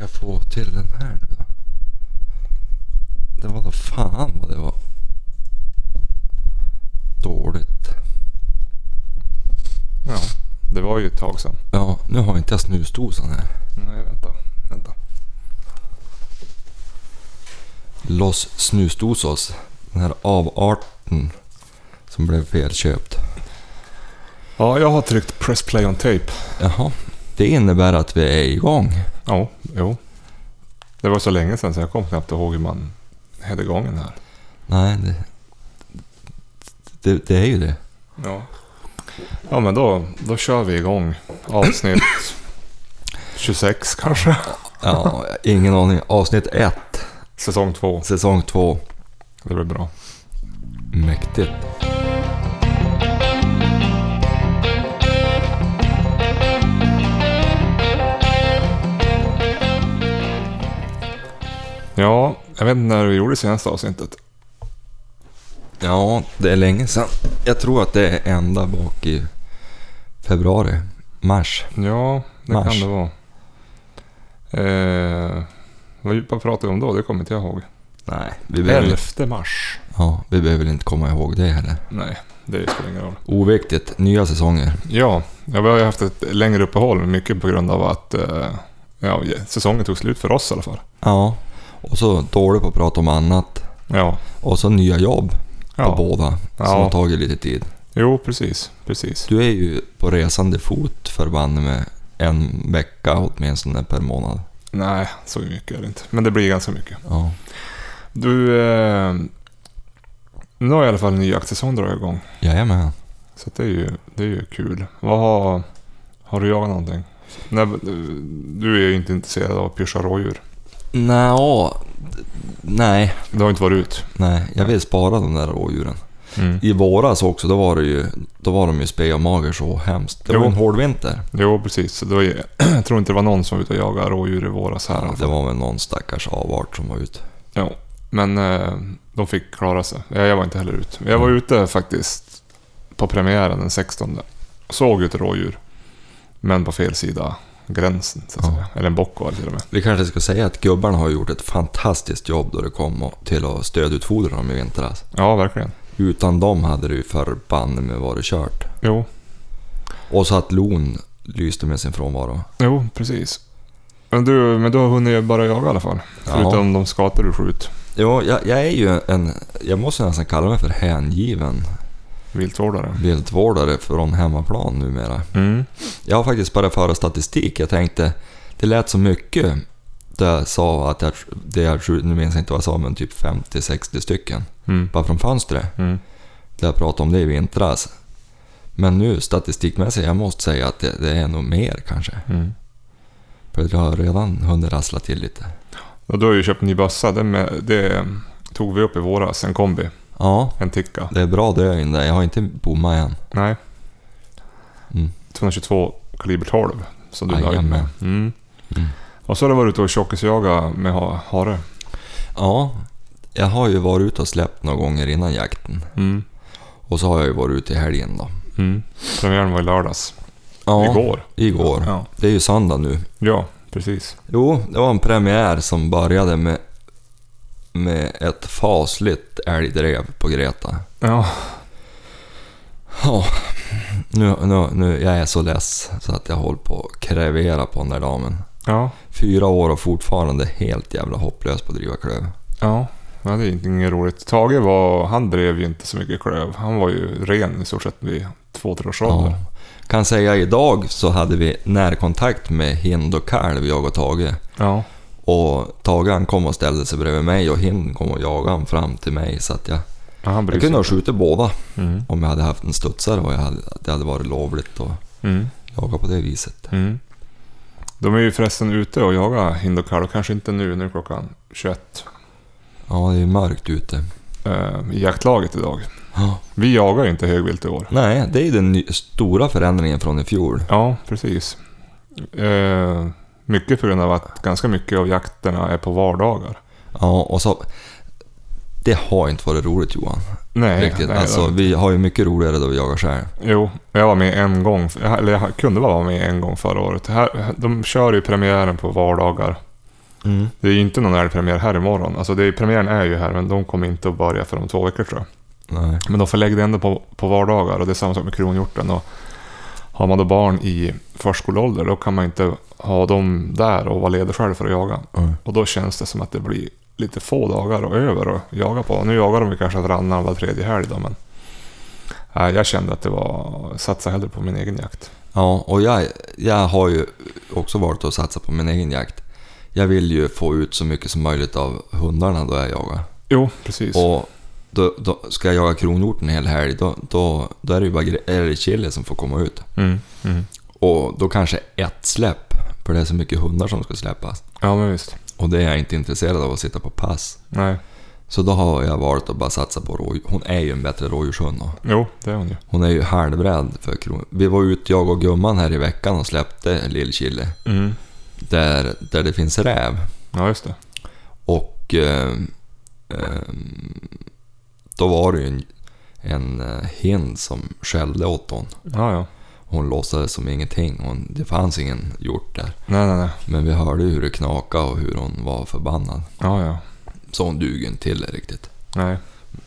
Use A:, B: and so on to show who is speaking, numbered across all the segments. A: jag få till den här nu då? Det var då fan vad det var dåligt.
B: Ja, det var ju ett tag sedan.
A: Ja, nu har inte jag snusdosan här.
B: Nej, vänta. Vänta.
A: Los snusdosos. Den här avarten som blev felköpt.
B: Ja, jag har tryckt press play on tape.
A: Jaha, det innebär att vi är igång.
B: Ja, jo. Det var så länge sedan så jag kom knappt ihåg hur man hade gången här.
A: Nej, det, det, det är ju det.
B: Ja. Ja, men då, då kör vi igång avsnitt 26 kanske.
A: Ja, ingen aning. Avsnitt 1,
B: Säsong 2.
A: säsong 2.
B: Det blir bra.
A: Mäktigt.
B: Ja, jag vet inte när vi gjorde senaste avsnittet.
A: Ja, det är länge sedan. Jag tror att det är ända bak i februari, mars.
B: Ja, det
A: Mars.
B: kan det vara. Eh, vad vad pratade vi om då? Det kommer inte jag ihåg.
A: Nej, vi behöver,
B: 11 mars.
A: ja, vi behöver inte komma ihåg det heller.
B: Nej, det spelar ingen roll.
A: Oviktigt, nya säsonger.
B: Ja, ja, vi har ju haft ett längre uppehåll, mycket på grund av att eh, ja, säsongen tog slut för oss i alla fall.
A: Ja, och så dåligt på att prata om annat.
B: Ja,
A: Och så nya jobb på
B: ja.
A: båda som
B: Ja.
A: har tagit lite tid.
B: jo precis, precis.
A: Du är ju på resande fot förbanne med en vecka åtminstone per månad.
B: Nej, så mycket är det inte. Men det blir ganska mycket.
A: Ja,
B: Du, eh, nu har i alla fall en ny jaktsäsong dragit igång.
A: jajamän.
B: Så att det är ju, det är ju kul. Vad har, har du jagat någonting? Nej, du är ju inte intresserad av att pyscha rådjur.
A: Nå, nej,
B: Du har inte varit ut.
A: nej. Jag vill spara de där rådjuren.
B: Mm.
A: I våras också, då var, det ju, då var de ju spe och mager så hemskt. Det var
B: Jo.
A: en hård vinter.
B: Jo, precis. Så Det var, ju- jag tror inte det var någon som var ute och jagade rådjur i våras här. i alla
A: det
B: fall.
A: var väl någon stackars avart som var ute.
B: Jo, men eh, de fick klara sig. Jag, jag var inte heller ute. Jag var ute faktiskt på premiären den 16. Såg ett rådjur, men på fel sida gränsen så att
A: Ja.
B: säga. Eller en bock var det till och med.
A: Vi kanske ska säga att gubbarna har gjort ett fantastiskt jobb då det kom och- till att stödutfodra dem i vintras.
B: Ja, verkligen.
A: Utan dem hade det ju förbanne med varit kört.
B: Jo,
A: Och så att Lon lyste med sin frånvaro.
B: jo precis. Men du, men du har hunnit bara jaga i alla fall.
A: Ja.
B: Förutom de skator du skjut.
A: Jo, jag, jag är ju en, jag måste nästan kalla mig för hängiven
B: Viltvårdare.
A: viltvårdare från hemmaplan numera.
B: Mm.
A: Jag har faktiskt börjat föra statistik. Jag tänkte, det lät så mycket där jag sa att jag, det jag, skjut- nu minns jag inte vad jag sa, men typ 50-60 stycken.
B: Mm.
A: Bara från fönstret.
B: Mm.
A: Där jag pratade om det i vintras. Men nu statistikmässigt, jag måste säga att det, det är nog mer kanske.
B: Mm.
A: För jag har redan hunnit rassla till lite.
B: Och du har ju köpt en ny bössa. Det, med, det eh, tog vi upp i våras. En kombi.
A: Ja,
B: En ticka.
A: det är bra döin där. Jag har inte bommat än.
B: Nej.
A: Mm.
B: 222 kaliber 12 som du är nöjd
A: Jajamän.
B: med. Mm.
A: Mm.
B: Och så har du varit ute och tjockisjagat med ha- hare.
A: Ja, jag har ju varit ute och släppt några gånger innan jakten.
B: Mm.
A: Och så har jag ju varit ute i helgen då.
B: Mm. Premiären var i lördags.
A: Ja,
B: Igår.
A: Igår.
B: Ja.
A: Det är ju söndag nu.
B: ja, precis.
A: Jo, det var en premiär som började med, med ett fasligt älgdrev på Greta.
B: Ja,
A: Ja, nu, nu, nu, jag är så less så att jag håller på att krevera på den där damen.
B: ja,
A: Fyra år och fortfarande helt jävla hopplös på att driva klöv.
B: ja. ja det är inte- inget roligt. Tage var, han drev ju inte så mycket klöv. Han var ju ren i stort sett vid två, tre års ålder.
A: Ja. Kan säga idag så hade vi närkontakt med hind och kalv, jag och Tage.
B: Ja.
A: Och Tage han kom och ställde sig bredvid mig och hind kom och jagade han fram till mig. Så att jag,
B: ja han
A: jag
B: bryr sig
A: kunde ha
B: inte.
A: skjutit båda
B: Mm.
A: om jag hade haft en studsare och jag hade, att det hade varit lovligt att
B: Mm.
A: jaga på det viset.
B: Mm. De är ju förresten ute och jagar hind och kalv. Kanske inte nu, nu är klockan 21.
A: Ja, det är ju mörkt ute.
B: eh, i jaktlaget idag.
A: Ja.
B: Vi jagar ju inte högvilt i år.
A: Nej, det är ju den ny, stora förändringen från i fjol.
B: Ja, precis. Eh, mycket på grund av att ganska mycket av jakterna är på vardagar.
A: Ja, och så... Det har inte varit roligt Johan.
B: Nej,
A: Riktigt.
B: nej
A: alltså, vi har ju mycket roligare då vi jagar själv.
B: Jo, jag var med en gång, eller jag kunde bara vara med en gång förra året. Här, de kör ju premiären på vardagar
A: Mm.
B: Det är ju inte någon älgpremiär här imorgon. Alltså det är, premiären är ju här, men de kommer inte att börja förrän om två veckor tror jag.
A: Nej.
B: Men de förlägger ändå på, på vardagar och det är samma sak med kronhjorten. Och har man då barn i förskoleålder då kan man inte ha dem där och vara ledig själv för att jaga.
A: Nej.
B: Och då känns det som att det blir lite få dagar och över att jaga på. Nu jagar de ju kanske varannan och var tredje helg då, men nej, jag kände att det var satsa hellre på min egen jakt.
A: Ja, och jag, jag har ju också valt att satsa på min egen jakt. Jag vill ju få ut så mycket som möjligt av hundarna då jag jagar.
B: Jo, precis.
A: Och då, då ska jag jaga kronhjorten en hel helg, då, då, då är det ju bara gre- är det chili som får komma ut.
B: Mm, mm.
A: Och då kanske ett släpp, för det är så mycket hundar som ska släppas.
B: Ja, men visst.
A: Och det är jag inte intresserad av att sitta på pass.
B: Nej.
A: Så då har jag valt att bara satsa på rådjur. Hon är ju en bättre rådjurshund. och
B: Jo, det är hon ju.
A: Hon är ju halvrädd för kron... Vi var ute, jag och gumman här i veckan och släppte lillkille.
B: Mm.
A: Där, där det finns räv.
B: Ja, just det.
A: Och eh, eh, då var det ju en, en eh, hind som skällde åt hon.
B: Ja, ja.
A: Hon låtsades som ingenting. Hon, det fanns ingen hjort där.
B: Nej, nej, nej.
A: Men vi hörde ju hur det knakade och hur hon var förbannad.
B: Ja, ja.
A: Så hon duger inte till det riktigt.
B: Nej.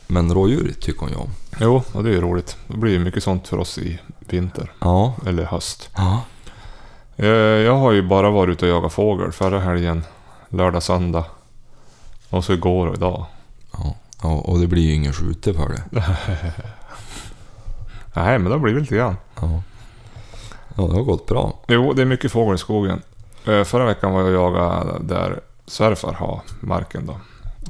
A: Men rådjur tycker hon ju om.
B: Jo, och det är ju roligt. Det blir ju mycket sånt för oss i vinter
A: Ja.
B: eller höst.
A: Ja.
B: Eh, Jag har ju bara varit ute och jagat fågel förra helgen, lördag, söndag och så igår och idag.
A: ja. ja och det blir ju ingen skjute för det.
B: Nej, men det har blivit lite grann.
A: Ja. Ja, det har gått bra.
B: Jo, det är mycket fågel i skogen. Eh, Förra veckan var jag och jagade där svärfar har marken då,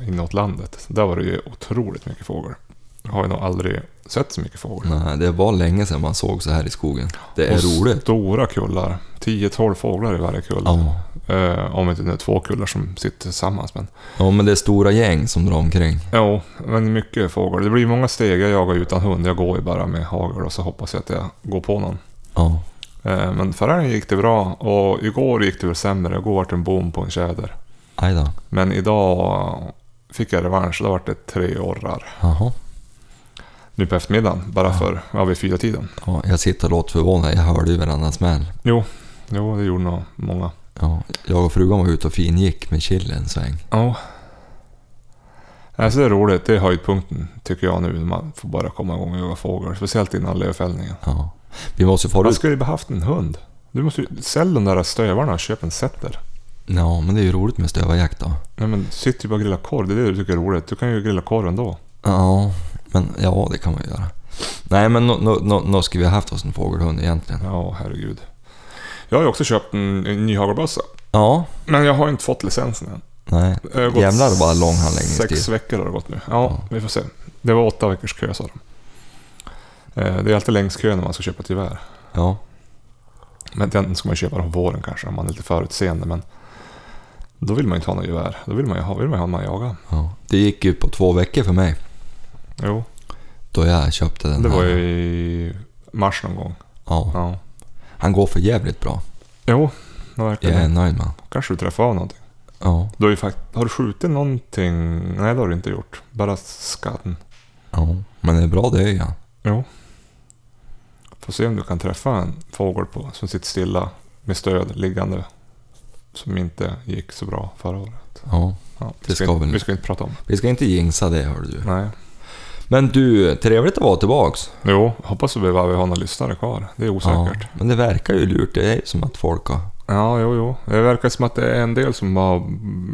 B: inåt landet. Så där var det ju otroligt mycket fågel. Jag har ju nog aldrig sett så mycket fågel.
A: Nej, det var länge sedan man såg så här i skogen. Det är
B: och
A: roligt.
B: stora kullar. 10-12 fåglar i varje kull.
A: Ja.
B: Eh, om inte det är två kullar som sitter tillsammans. Men
A: ja, men det är stora gäng som drar omkring.
B: Jo, men mycket fåglar. Det blir många steg. Jag jagar utan hund. Jag går ju bara med hagel och så hoppas jag att jag går på någon.
A: Ja.
B: Eh, Men förra helgen gick det bra och igår gick det väl sämre. Igår vart det en bom på en tjäder.
A: Aj då.
B: Men idag fick jag revansch. Då vart det tre orrar.
A: Jaha.
B: Nu på eftermiddagen, bara för, ja vid fyra tiden.
A: Ja, jag sitter och låter förvånad. Jag hörde ju varannan smäll.
B: Jo, det gjorde nog många.
A: Ja. Jag och frugan var ute och fingick med chili en sväng.
B: Ja. Alltså det är roligt. Det är höjdpunkten tycker jag nu. när Man får bara komma igång och jaga fågel. Speciellt innan lövfällningen.
A: Ja. Vi måste ju få
B: Man
A: ut...
B: skulle ju behövt en hund. Du måste ju sälja de där stövarna och köpa en setter.
A: Ja, men det är ju roligt med stövarjakt då.
B: Nej men sitt ju bara och grilla korv. Det är det du tycker är roligt. Du kan ju grilla korv ändå.
A: Ja, men ja, det kan man ju göra. Nej, men nog no, no, no skulle vi ha haft oss en fågelhund egentligen.
B: Ja, herregud. Jag har ju också köpt en, en ny hagelbössa.
A: Ja,
B: Men jag har inte fått licensen än.
A: nej.
B: Det har gått
A: Jävlar, det var lång handläggningstid.
B: Sex veckor har det gått nu. Ja,
A: Ja.
B: vi får se. Det var åtta veckors kö sa de. Eh, Det är alltid längst kö när man ska köpa ett gevär.
A: Ja,
B: Men den ska man ju köpa på våren kanske om man är lite förutseende. Men då vill man ju inte ha något gevär. Då vill man ju ha, vill man ju ha när man jagar.
A: ja. Det gick ju på två veckor för mig
B: Jo,
A: då jag köpte den
B: det
A: här.
B: var ju i mars någon gång.
A: Ja.
B: Ja.
A: Han går för jävligt bra.
B: Jo, verkligen.
A: Jag är nöjd med han.
B: Kanske du träffar av någonting.
A: Ja,
B: Du har, ju fakt- har du skjutit någonting? Nej, det har du inte gjort. Bara skatten.
A: ja. Men det är bra det är ju han.
B: Jo. Får se om du kan träffa en fågel på, som sitter stilla med stöd liggande. Som inte gick så bra förra året.
A: Ja.
B: Ja, vi
A: Det ska
B: inte,
A: väl-
B: vi ska inte prata om det.
A: Vi ska inte jinxa det hör du.
B: Nej.
A: Men du, trevligt att vara tillbaks.
B: Jo, hoppas att vi behöver ha några lyssnare kvar. Det är
A: Ja,
B: osäkert.
A: men det verkar ju lurt. Det är ju som att folk har...
B: Ja, jo, jo. Det verkar som att det är en del som har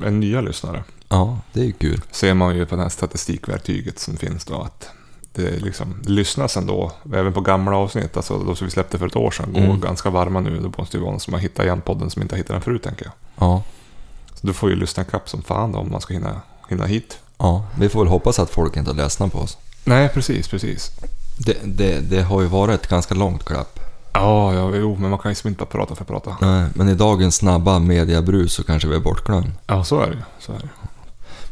B: en nya lyssnare.
A: Ja, det är ju kul.
B: Ser man ju på det här statistikverktyget som finns då att det är liksom det lyssnas ändå, även på gamla avsnitt, alltså de som vi släppte för ett år sedan, går
A: Mm.
B: ganska varma nu. Då måste det ju vara någon som har hittat igen podden som inte har hittat den förut, tänker jag.
A: Ja,
B: Så du får ju lyssna kapp som fan då, om man ska hinna, hinna hit.
A: ja. Vi får väl hoppas att folk inte har ledsnat på oss.
B: Nej, precis, precis.
A: Det, det, det har ju varit ett ganska långt glapp.
B: Ja, ja, jo, men man kan ju liksom inte bara prata för att prata.
A: Nej, Men i dagens snabba mediabrus så kanske vi är bortglömda.
B: Ja, så är det ju. Så är det. ju.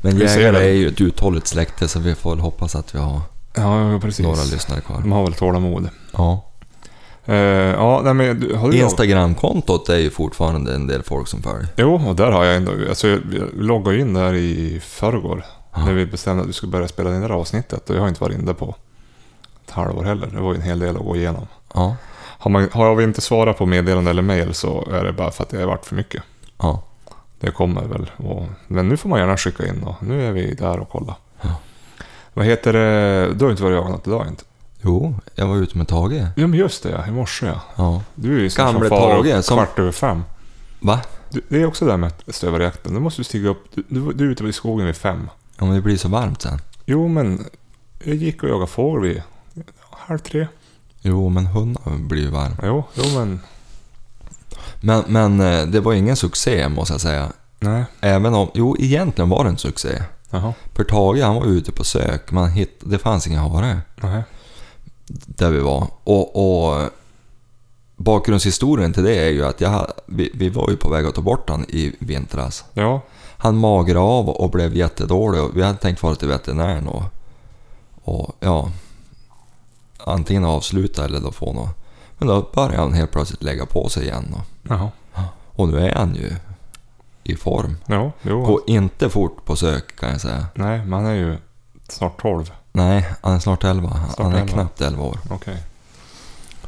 A: Men
B: Vi ser
A: jägare
B: det.
A: är ju ett uthålligt släkte så vi får väl hoppas att vi har
B: Ja, ja, precis.
A: några lyssnare kvar.
B: De har väl tålamod.
A: Ja.
B: Eh, ja, nej men du, har du
A: Instagramkontot är ju fortfarande en del folk som följer.
B: Jo, och där har jag ändå... Alltså jag jag loggade ju in där i förrgår.
A: Ja.
B: När vi bestämde att vi skulle börja spela in det här avsnittet. Och jag har inte varit inne på ett halvår heller. Det var ju en hel del att gå igenom.
A: Ja.
B: Har, man, har jag inte svarat på meddelande eller mail så är det bara för att det har varit för mycket.
A: ja.
B: Det kommer väl. Och, men nu får man gärna skicka in då. Nu är vi där och kollar.
A: Ja.
B: Vad heter det? Du har inte varit jagad något idag inte?
A: Jo, jag var ute med Tage.
B: Ja men just det ja, i morse ja.
A: Ja.
B: Du är ju sån
A: Gamle
B: som far upp
A: Tage som-
B: kvart över fem.
A: Va?
B: Du, det är också det här med stövarjakten. Du måste ju stiga upp. Du, du, du är ute i skogen vid fem.
A: Ja, men det blir så varmt sen.
B: Jo men, jag gick och jagade fågel vid halv tre.
A: Jo, men hunden blir ju varm.
B: Jo, jo men,
A: Men, men eh, det var ingen succé måste jag säga.
B: nej.
A: Även om, jo egentligen var det en succé.
B: Jaha,
A: För Tage han var ute på sök, man hitt, det fanns ingen hare
B: nej.
A: där vi var. Och, och bakgrundshistorien till det är ju att jag, ha- vi, vi var ju på väg att ta bort han i vintras.
B: Ja,
A: Han magrade av och blev jättedålig och vi hade tänkt fara till veterinären och, och ja, antingen avsluta eller då få något. Men då började han helt plötsligt lägga på sig igen. Och,
B: jaha.
A: och nu är han ju i form.
B: Jo, jo.
A: Gå inte fort på sök kan jag säga.
B: Nej, man är ju snart 12.
A: Nej, han är snart 11. Han,
B: Snart
A: han är
B: 11.
A: knappt 11 år.
B: Okej.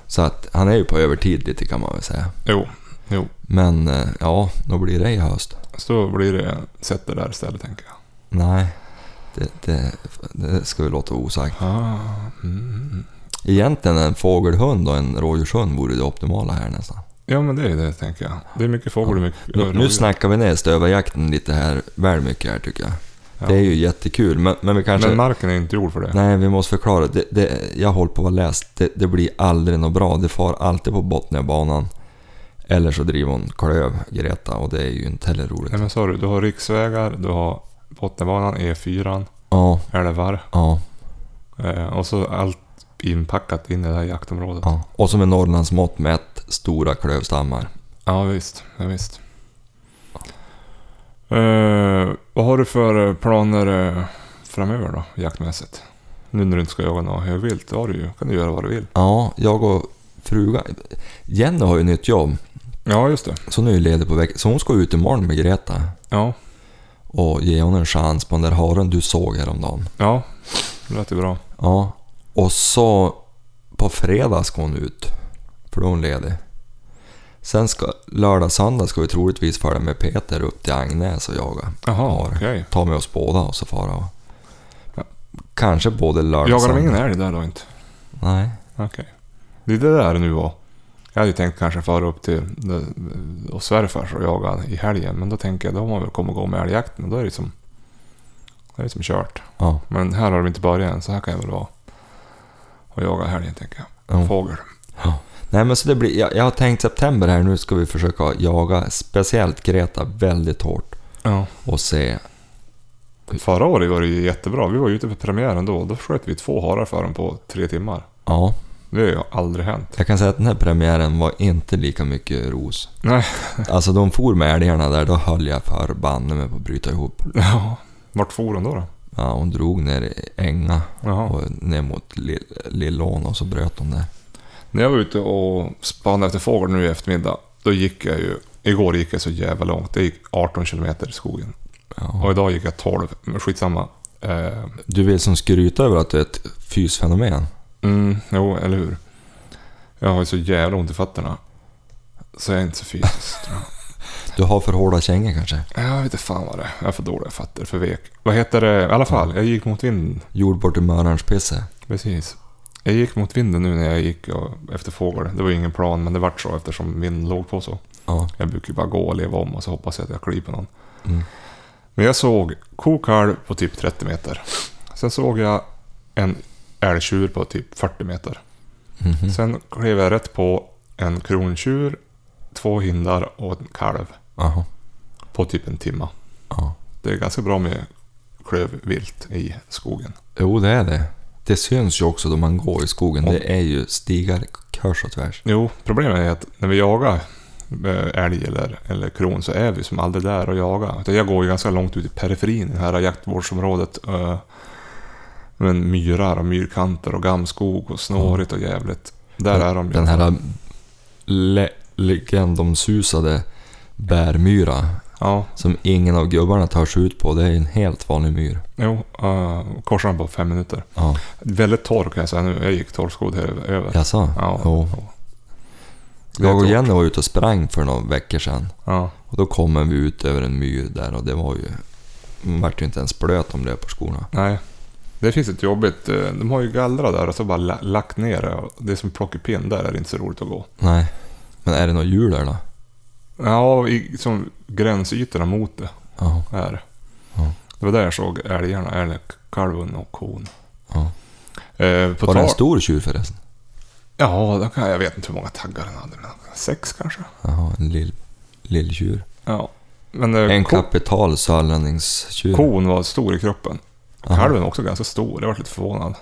A: Så att han är ju på övertid lite kan man väl säga.
B: Jo, jo.
A: Men eh, ja, då blir det i höst.
B: Så då blir det sätt det där istället tänker jag.
A: Nej, det, det, det ska vi låta vara osagt.
B: Ah, mm.
A: Egentligen en fågelhund och en rådjurshund vore det optimala här nästan.
B: Ja, men det är det tänker jag. Det är mycket fågel och mycket
A: Nu, nu
B: rådjur.
A: snackar vi ner stövarjakten lite här, väl mycket här tycker jag.
B: Ja.
A: Det är ju jättekul, men, men vi kanske...
B: Men marken är inte gjord för det.
A: Nej, vi måste förklara. Det, det, jag håller på att vara läst. Det, det blir aldrig något bra. Det far alltid på Botniabanan. Eller så driver hon klöv, Greta, och det är ju inte heller roligt.
B: Nej, men sa du, du har riksvägar, du har Botniabanan, E4,
A: Ja,
B: älvar
A: ja,
B: eh, och så allt inpackat in i det här jaktområdet.
A: ja. Och som är Norrlands mått mätt, stora klövstammar.
B: Ja, visst. Ja, visst. Eh, vad har du för eh, planer eh, framöver då, jaktmässigt? Nu när du inte ska jaga något högvilt, då har du ju, kan du göra vad du vill.
A: Ja, jag och frugan... Jenny har ju nytt jobb,
B: Ja, just det.
A: så nu är jag ledig på veckan. Så hon ska ut imorgon med Greta
B: Ja,
A: och ge hon en chans på den där haren du såg häromdagen.
B: ja. Det lät ju bra.
A: Ja, och så på fredag ska hon ut. För då är hon ledig. Sen ska, lördag, söndag ska vi troligtvis följa med Peter upp till Agnäs och jaga.
B: Jaha,
A: Har.
B: okej.
A: Ta med oss båda och så fara och...
B: Ja.
A: Kanske både lördag och
B: Jagar de
A: söndag.
B: ingen älg där då inte?
A: Nej.
B: Okej. Det är det där nu var. Jag hade ju tänkt kanske fara upp till eh, och svärfars och jaga i helgen, men då tänker jag då har man väl kommit igång med älgjakten och då är det som... Då är det som kört.
A: Ja.
B: Men här har de inte börjat än, så här kan jag väl vara. Och jaga helgen, tänker jag.
A: Ja.
B: Fågel.
A: Nej men så det blir... Jag, jag har tänkt september här. Nu ska vi försöka jaga speciellt Greta väldigt hårt.
B: Ja.
A: Och se...
B: Förra året var det ju jättebra. Vi var ju ute på premiären då. Då sköt vi två harar för dem på tre timmar.
A: Ja.
B: Det har ju aldrig hänt.
A: Jag kan säga att den här premiären var inte lika mycket ros.
B: Nej.
A: Alltså de for med älgarna där, då höll jag för banne mig på att bryta ihop.
B: Ja. Vart for hon då? då?
A: Ja, hon drog ner i Änga
B: Jaha.
A: och ner mot Lill- Lillån och så bröt hon där.
B: När jag var ute och spanade efter fågel nu i eftermiddag, då gick jag ju... Igår gick jag så jävla långt. Det gick 18 kilometer i skogen. Och
A: Ja.
B: idag gick jag 12. Men skitsamma. Eh,
A: Du vill som skryta över att du är ett fysfenomen.
B: Mm, jo, eller hur. Jag har ju så jävla ont i fötterna. Så jag är inte så fysisk. tror jag.
A: Du har för hårda kängor kanske?
B: Jag vet inte fan vad det är. Jag är för dåliga fötter, för vek. Vad heter det? I alla fall, jag gick mot vinden.
A: Gjord bort i mörarens pisse.
B: Precis. Jag gick mot vinden nu när jag gick och, efter fågel. Det var ju ingen plan, men det vart så eftersom vinden låg på så.
A: Ja.
B: Jag brukar ju bara gå och leva om och så hoppas jag att jag klipper någon.
A: Mm.
B: Men jag såg kokalv på typ 30 meter. Sen såg jag en älgtjur på typ 40 meter.
A: Mhm.
B: Sen klev jag rätt på en krontjur, två hindar och en kalv
A: Jaha.
B: på typ en timma.
A: Ja.
B: Det är ganska bra med klövvilt i skogen.
A: Jo, det är det. Det syns ju också då man går i skogen.
B: Ja.
A: Det är ju stigar kors och tvärs.
B: Jo, problemet är att när vi jagar eh, älg eller, eller kron så är vi som aldrig där och jagar. Utan Jag går ju ganska långt ut i periferin i det här jaktvårdsområdet. eh, Men myrar och myrkanter och gammskog och snårigt och jävligt. Där är de ju.
A: Den här le- legendomsusade bärmyra
B: Ja,
A: som ingen av gubbarna tar sig ut på. Det är en helt vanlig myr.
B: jo. Uh, korsar den på fem minuter.
A: Ja.
B: Väldigt torr kan jag säga nu. Jag gick torrskodd här över.
A: Jaså?
B: Ja.
A: Jo.
B: Det är
A: Jag och
B: torrt.
A: Jenny var ute och sprang för några veckor sedan.
B: Ja.
A: Och då kommer vi ut över en myr där och det var ju... Man vart ju inte ens blöt om löparskorna.
B: Nej. Det finns ett jobbigt... eh, De har ju gallrat där och så bara la- lagt ner det. Och Det är som plockepinn, där är det inte så roligt att gå.
A: Nej. Men är det något hjul där då?
B: Ja, i, som gränsytorna mot det
A: Ja.
B: är det.
A: Ja.
B: Det var där jag såg älgarna, älgkalven och kon.
A: ja.
B: Eh, på
A: Var det en
B: tal-
A: stor tjur förresten?
B: Ja, då kan jag, jag vet inte hur många taggar den hade, men sex kanske?
A: Jaha, en lill, lilltjur.
B: Ja. Men eh,
A: En
B: ko,
A: kapital sörlänningstjur.
B: kon var stor i kroppen.
A: Aha.
B: Kalven var också ganska stor, jag var lite förvånad.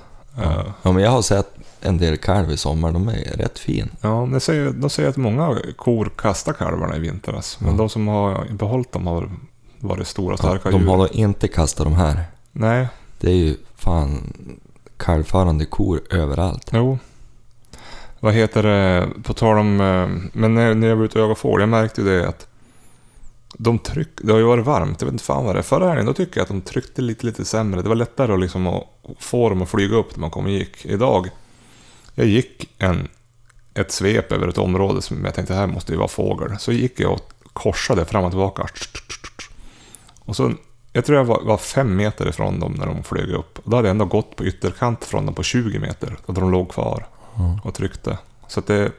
B: Eh,
A: Ja, men jag har sett en del kalv i sommar. De är rätt fin.
B: Ja, de säger, de säger att många kor kastar kalvarna i vintras. Men
A: Ja.
B: de som har behållit dem har varit stora starka
A: de
B: djur.
A: har då inte kastat de här.
B: Nej,
A: Det är ju fan kalvförande kor överallt.
B: jo. Vad heter det, på tal om... eh, Men när, när jag var ute och jagade fågel, jag märkte ju det att de tryck, det har ju varit varmt, jag vet inte fan vad det är. Förra helgen då tycker jag att de tryckte lite, lite sämre. Det var lättare att, liksom, att få dem att flyga upp när man kom och gick. Idag, jag gick en, ett svep över ett område som jag tänkte här måste ju vara fågel. Så gick jag och korsade fram och tillbaka. Och så, jag tror jag var, var fem meter ifrån dem när de flög upp. Och då hade jag ändå gått på ytterkant från dem på 20 meter. Och de låg kvar
A: Ja.
B: och tryckte. Så att det...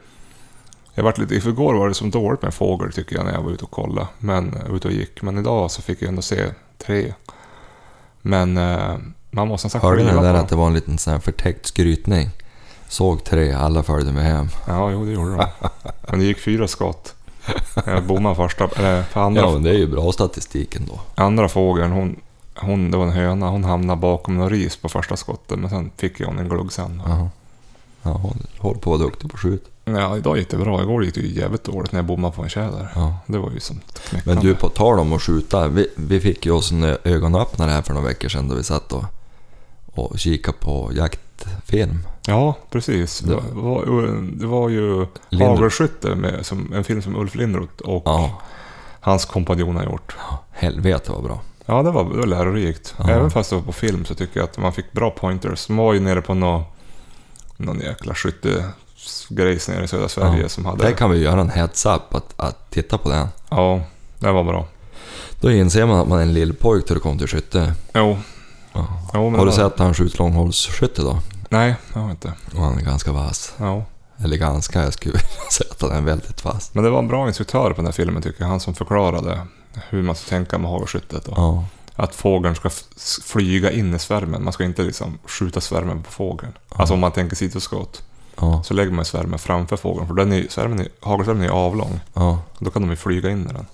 B: Jag varit lite, igår var det som dåligt med fågel tycker jag när jag var ute och kollade. Men, eh, ute och gick. Men idag så fick jag ändå se tre. Men eh, man måste nästan
A: Hörde ni
B: kliva
A: där
B: på
A: att det var en liten sån här förtäckt skrytning? Såg tre, alla följde med hem.
B: Ja, jo det gjorde de. Men det gick fyra skott. Jag bommade första, eller för andra,
A: Ja, men det är ju bra statistik ändå.
B: andra fågeln, hon, hon, det var en höna, hon hamnade bakom någon ris på första skottet. Men sen fick ju hon en glugg sen.
A: Jaha. Ja, håll- håll på att vara duktig på att skjuta.
B: Ja, idag gick det bra. Igår gick det ju jävligt dåligt när jag bommade på en tjäder.
A: Ja.
B: Det var ju som ett knäckande.
A: Men du, på tal om att skjuta. Vi, vi fick ju oss en ö- ögonöppnare här för några veckor sedan då vi satt och, och kikade på jaktfilm.
B: Ja, precis. Det
A: Det-
B: var, var- det var ju
A: Lindroth.
B: Hagelskytte, med, som, en film som Ulf Lindroth och
A: Ja,
B: hans kompanjon har gjort.
A: helvete vad bra.
B: Ja, det var, det var lärorikt.
A: Ja.
B: Även fast det var på film så tycker jag att man fick bra pointers. De var ju nere på någon, någon jäkla skyttegrejs nere i södra Sverige
A: Ja.
B: som hade...
A: Där kan vi göra en heads-up att, att titta på den.
B: Ja, det var bra.
A: Då inser man att man är en lillpojk då det kommer till skytte.
B: Jo.
A: Ja.
B: jo men
A: Har du
B: det var-
A: sett han skjuter långhållsskytte då?
B: Nej, det har jag inte.
A: Och han är ganska vass.
B: Jo.
A: Eller ganska, jag skulle vilja säga att han är väldigt vass.
B: Men det var en bra instruktör på den här filmen tycker jag. Han som förklarade hur man ska tänka med hagelskyttet. och
A: Ja.
B: Att fågeln ska f- s- flyga in i svärmen. Man ska inte liksom skjuta svärmen på fågeln.
A: Ja.
B: Alltså om man tänker sidoskott.
A: Ja.
B: Så lägger man svärmen framför fågeln. För den är, svärmen är, hagelsvärmen är avlång.
A: ja.
B: Då kan de ju flyga in i den.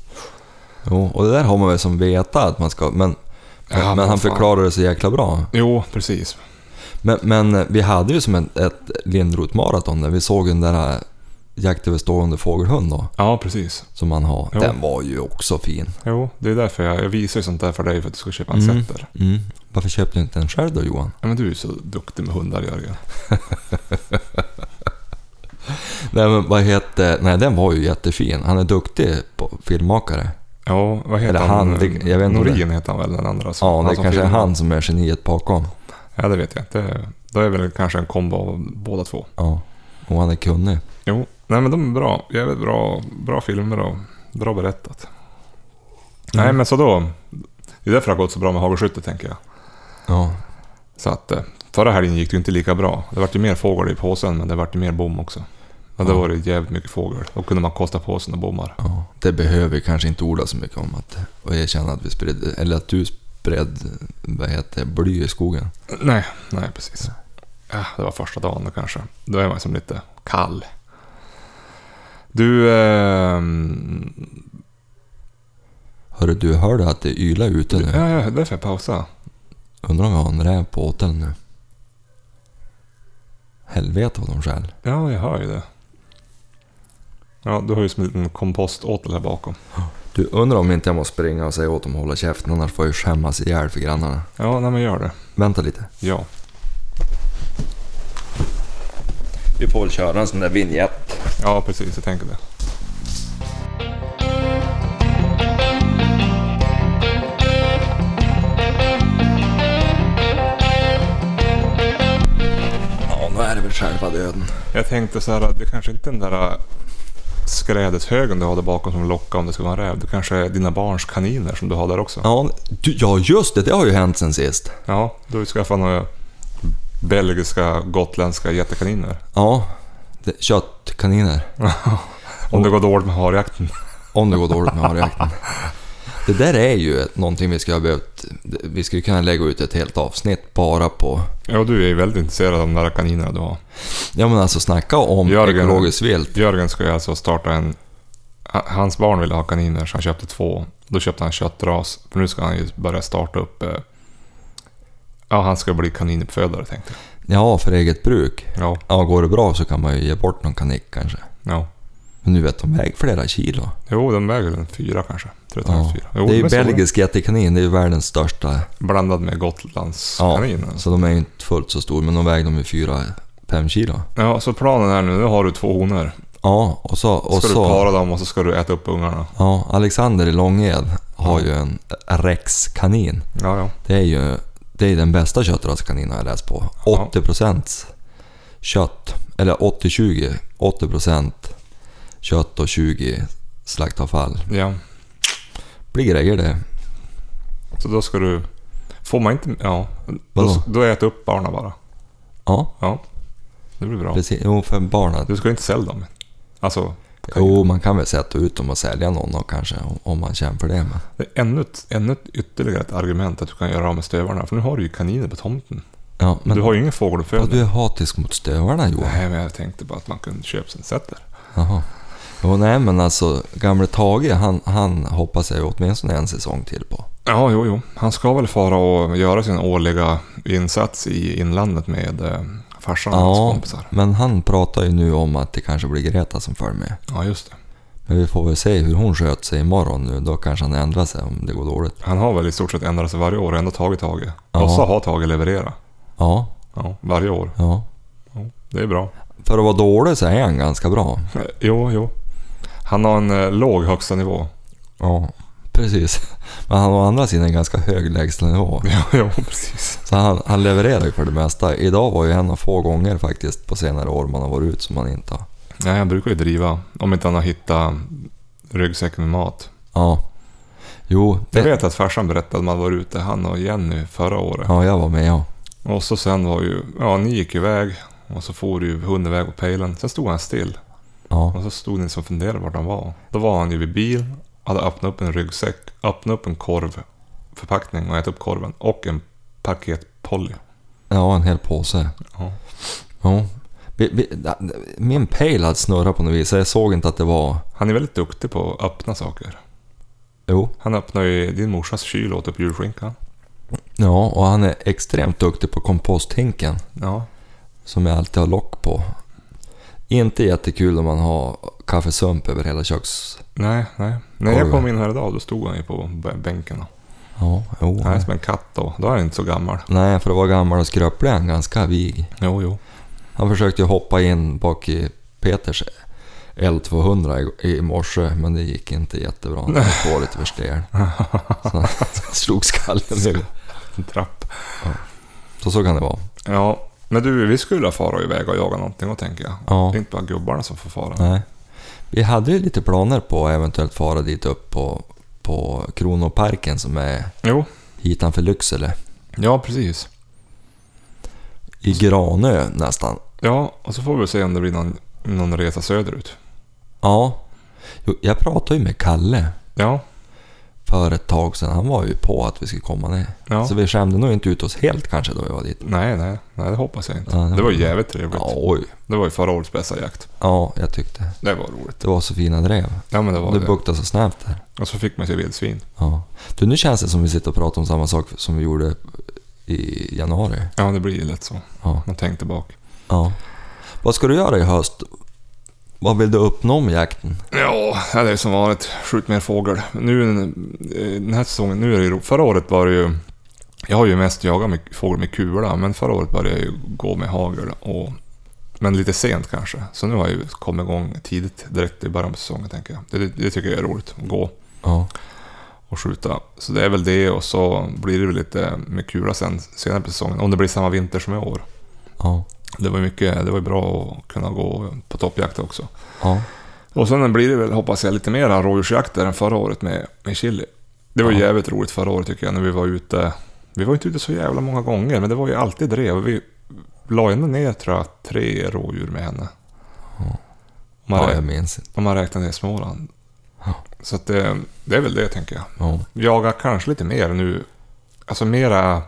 A: Jo, och det där har man väl som veta att man ska... Men,
B: Ja,
A: men
B: vad
A: han
B: fan.
A: förklarade det så jäkla bra.
B: Jo, precis.
A: Men, men vi hade ju som ett, ett Lindroth-maraton där vi såg den där jakt över stående fågelhund då,
B: Ja, precis.
A: som han har.
B: Jo.
A: Den var ju också fin.
B: Jo, det är därför jag, jag visar ju sånt där för dig för att du ska köpa en
A: Mm.
B: setter.
A: Mm. Varför köpte du inte den själv då Johan?
B: Ja, men du är ju så duktig med hundar, Jörgen.
A: Nej men vad hette... Nej den var ju jättefin. Han är duktig på filmmakare.
B: Ja, vad heter
A: Eller
B: han?
A: han, det- jag vet inte om det-
B: Norin heter han väl, den andra? som-
A: Ja, det
B: som
A: kanske är
B: filmar.
A: han som är geniet bakom.
B: Ja, det vet jag inte. Då är väl kanske en kombo av båda två.
A: Ja. Och han är kunnig.
B: Jo, nej men de är bra. Jävligt bra, bra filmer och bra berättat. Nej men så då. Det är därför det har gått så bra med hagelskytte tänker jag.
A: Ja.
B: Så att eh, förra helgen gick det ju inte lika bra. Det vart ju mer fågel i påsen men det vart ju mer bom också. Men det
A: Ja.
B: var det jävligt mycket fågel. Då kunde man kosta på sig några bommar.
A: ja. Det behöver vi kanske inte orda så mycket om att... Och erkänna att vi spred... Eller att du spred... Vad heter det? Bly i skogen.
B: Nej, nej precis. Ja, det var första dagen då kanske. Då är man som lite kall. Du, eh,
A: Hörru du, hör du att det ylar ute nu?
B: ja, ja, därför jag pausade.
A: Undrar om vi har en räv på åteln nu. Helvete vad de skäll.
B: Ja, jag hör ju det. Ja, du har ju som en liten kompoståtel här bakom.
A: Du, undrar om inte jag måste springa och säga åt dem att hålla käften, annars får jag ju skämmas ihjäl för grannarna.
B: Ja, nej men gör det.
A: Vänta lite.
B: Ja.
A: Vi får väl köra en sån där vignett.
B: Ja, precis. Jag tänker det.
A: Ja, nu är det väl själva döden.
B: Jag tänkte så här, att det kanske inte är den där äh, skrädeshögen du har där bakom som lockar om det ska vara en räv. Det kanske är dina barns kaniner som du har där också.
A: Ja, du, ja just det, det har ju hänt sen sist.
B: Ja, du har ju skaffat några belgiska, gotländska jättekaniner.
A: Ja, det, köttkaniner.
B: Om det går dåligt med harjakten.
A: Om det går dåligt med harjakten. Det där är ju ett- någonting vi skulle ha behövt... Vi skulle kunna lägga ut ett helt avsnitt bara på...
B: Ja, du är ju väldigt intresserad av de där kaninerna du har.
A: Ja men alltså snacka om
B: Jörgen.
A: ekologiskt vilt.
B: Jörgen ska ju alltså starta en... h- Hans barn ville ha kaniner så han köpte två. Då köpte han köttras. För nu ska han ju börja starta upp... eh, Ja, han ska bli kaninuppfödare tänkte jag.
A: Ja, för eget bruk.
B: Ja,
A: Ja, går det bra så kan man ju ge bort någon kanik kanske.
B: ja.
A: Men du vet, de väger flera kilo.
B: Jo, den väger en fyra kanske. Tre
A: Ja.
B: ja. fyra. Jo,
A: det är ju
B: men så-
A: belgisk jättekanin, det är ju världens största.
B: Blandad med alltså. gotlandskaninen. Ja.
A: Så de är ju inte fullt så stor, men de väger de ju fyra, fem kilo.
B: så planen är nu, nu har du två honor.
A: Ja, och så... Och
B: ska
A: så
B: du para dem och så ska du äta upp ungarna.
A: Ja, Alexander i Långed har ju en rexkanin.
B: Ja, ja.
A: Det är ju det är den bästa köttraskaninen jag har läst på.
B: Ja.
A: 80% kött, eller 80-20. 80% kött och 20 slaktavfall.
B: ja.
A: Blir grejer det.
B: Så då ska du... Får man inte... Ja.
A: Vadå?
B: Då, då äter upp barnen bara.
A: Ja,
B: Ja. Det blir bra.
A: precis. Jo, för barnen.
B: Du ska ju inte sälja dem. Alltså,
A: Jo, man kan väl sätta ut dem och sälja någon av kanske om- om man känner för det. Men,
B: det är ännu, ett- ännu ett ytterligare ett argument att du kan göra av med stövarna. För nu har du ju kaniner på tomten.
A: ja, men
B: du har ju ingen
A: ja,
B: fågeluppfödning.
A: du är hatisk mot stövarna Johan.
B: Nej, men jag tänkte bara att man kunde köpa sin sätter.
A: Jaha. Jo, nej men alltså gamle Tage, han, han hoppas jag ju åtminstone en säsong till på.
B: Ja, jo, jo. Han ska väl fara och göra sin årliga insats i inlandet med eh, farsan och hans
A: Ja,
B: kompisar.
A: men han pratar ju nu om att det kanske blir Greta som följer med.
B: Ja, just det.
A: Men vi får väl se hur hon sköter sig imorgon nu. Då kanske han ändrar sig om det går dåligt.
B: Han har väl i stort sett ändrat sig varje år och ändå tagit Tage.
A: Ja.
B: Och så har Tage levererat.
A: Ja,
B: Ja, varje år.
A: ja.
B: Ja, det är bra.
A: För att vara dålig så är han ganska bra.
B: Eh, Jo, jo. Han har en eh, låg högsta nivå.
A: Ja, precis. Men han har å andra sidan ganska hög lägstanivå.
B: Ja, ja precis.
A: Så han, han levererar ju för det mesta. Idag var ju en av få gånger faktiskt på senare år man har varit ut som man inte har.
B: Nej, han brukar ju driva. Om inte han har hittat ryggsäcken med mat.
A: Ja. Jo,
B: Jag
A: det,
B: vet att farsan berättade att man var ute, han och Jenny, förra året.
A: ja, jag var med ja.
B: Och så sen var ju, ja ni gick iväg. Och så for ju hunden iväg på pejlen. Sen stod han still.
A: ja.
B: Och så stod ni som funderade vart han var. Då var han ju vid bilen, hade öppnat upp en ryggsäck, öppnat upp en korvförpackning och ätit upp korven. Och en paket Polly.
A: Ja, en hel påse.
B: Ja.
A: Ja. Vi- vi- da- Min pejl hade snurrat på något vis, så jag såg inte att det var...
B: Han är väldigt duktig på att öppna saker.
A: Jo.
B: Han öppnade ju din morsas kyl och åt upp julskinkan.
A: Ja, och han är extremt duktig på komposthinken.
B: Ja.
A: Som jag alltid har lock på. Inte jättekul om man har kaffesump över hela köks...
B: Nej, nej. När jag
A: Korven.
B: kom in här idag då stod han ju på b- bänken. då.
A: Ja, jo.
B: Han är
A: Nej.
B: som en katt då. Då är han inte så gammal.
A: för att vara gammal och skröplig är han ganska vig.
B: Jo, jo.
A: Han försökte ju hoppa in bak i Peters L200 i, i morse, men det gick inte jättebra. Han hade dåligt förstel. Så han slog skallen i
B: En trapp.
A: Så så kan det vara.
B: Ja, men du, vi skulle ha fara iväg och jaga någonting då tänker jag.
A: Ja.
B: Det är inte bara gubbarna som får fara.
A: Nej. Vi hade ju lite planer på att eventuellt fara dit upp på, på Kronoparken som är
B: Jo,
A: hitanför Lycksele.
B: ja precis.
A: I Granö nästan.
B: Ja, och så får vi se om det blir någon, någon resa söderut.
A: Ja. Jo, jag pratade ju med Kalle
B: Ja,
A: för ett tag sedan. Han var ju på att vi skulle komma ner.
B: ja.
A: Så vi skämde nog inte ut oss helt kanske då vi var dit.
B: Nej, nej, nej, det hoppas jag inte.
A: Ja, det
B: det var
A: var-
B: ju jävligt trevligt.
A: Ja, oj.
B: Det var ju förra årets bästa jakt.
A: Ja, jag tyckte.
B: Det var roligt.
A: Det var så fina drev.
B: Ja, men det var
A: Det
B: det.
A: buktade så snabbt där.
B: Och så fick man se vildsvin.
A: Ja. Du, nu känns det som vi sitter och pratar om samma sak som vi gjorde i januari.
B: Ja, det blir ju lätt så.
A: Ja.
B: Man tänkte bak.
A: Ja. Vad ska du göra i höst? Vad vill du uppnå med jakten?
B: Ja, det är som vanligt. Skjut mer fågel. Nu eh, den här säsongen, nu är det ju ro- Förra året var det ju... Jag har ju mest jagat med fågel med kula, men förra året började jag ju gå med hagel. Och, men lite sent kanske. Så nu har jag ju kommit igång tidigt, direkt i början på säsongen tänker jag. Det, det tycker jag är roligt, att gå
A: Ja,
B: och skjuta. Så det är väl det och så blir det väl lite med kula sen senare på säsongen. Om det blir samma vinter som i år.
A: ja,
B: Det var ju mycket, det var ju bra att kunna gå på toppjakt också.
A: ja,
B: Och sen blir det väl, hoppas jag, lite mer rådjursjakter än förra året med, med Chili. Det var
A: Ja.
B: jävligt roligt förra året tycker jag när vi var ute. Vi var inte ute så jävla många gånger, men det var ju alltid drev. Vi la ändå ner, tror jag, tre rådjur med henne. Om man,
A: Ja,
B: räknar,
A: jag minns inte.
B: om man räknar ner Småland.
A: Ja.
B: Så att det, det är väl det, tänker jag.
A: Ja.
B: Jaga kanske lite mer nu. Alltså mera